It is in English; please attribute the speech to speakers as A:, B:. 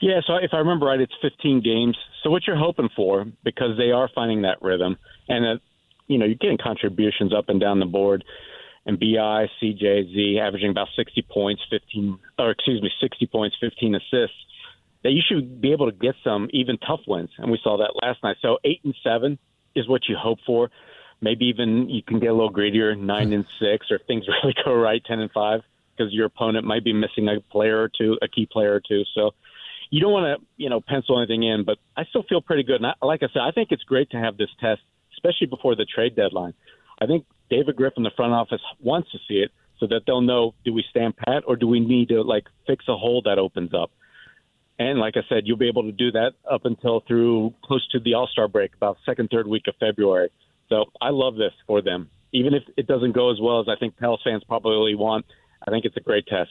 A: Yeah, so if I remember right, it's 15 games. So what you're hoping for, because they are finding that rhythm, and that you know you're getting contributions up and down the board, and Bi, CJZ averaging about 60 points, 15, or excuse me, 60 points, 15 assists. That you should be able to get some even tough wins, and we saw that last night. So eight and seven is what you hope for. Maybe even you can get a little greedier, nine and six, or if things really go right, ten and five, because your opponent might be missing a player or two, a key player or two. So you don't want to you know pencil anything in, but I still feel pretty good. And I, like I said, I think it's great to have this test, especially before the trade deadline. I think David Griffin, the front office, wants to see it so that they'll know: do we stand pat or do we need to like fix a hole that opens up? And like I said, you'll be able to do that up until through close to the All Star break, about second third week of February. So I love this for them, even if it doesn't go as well as I think Pels fans probably want. I think it's a great test.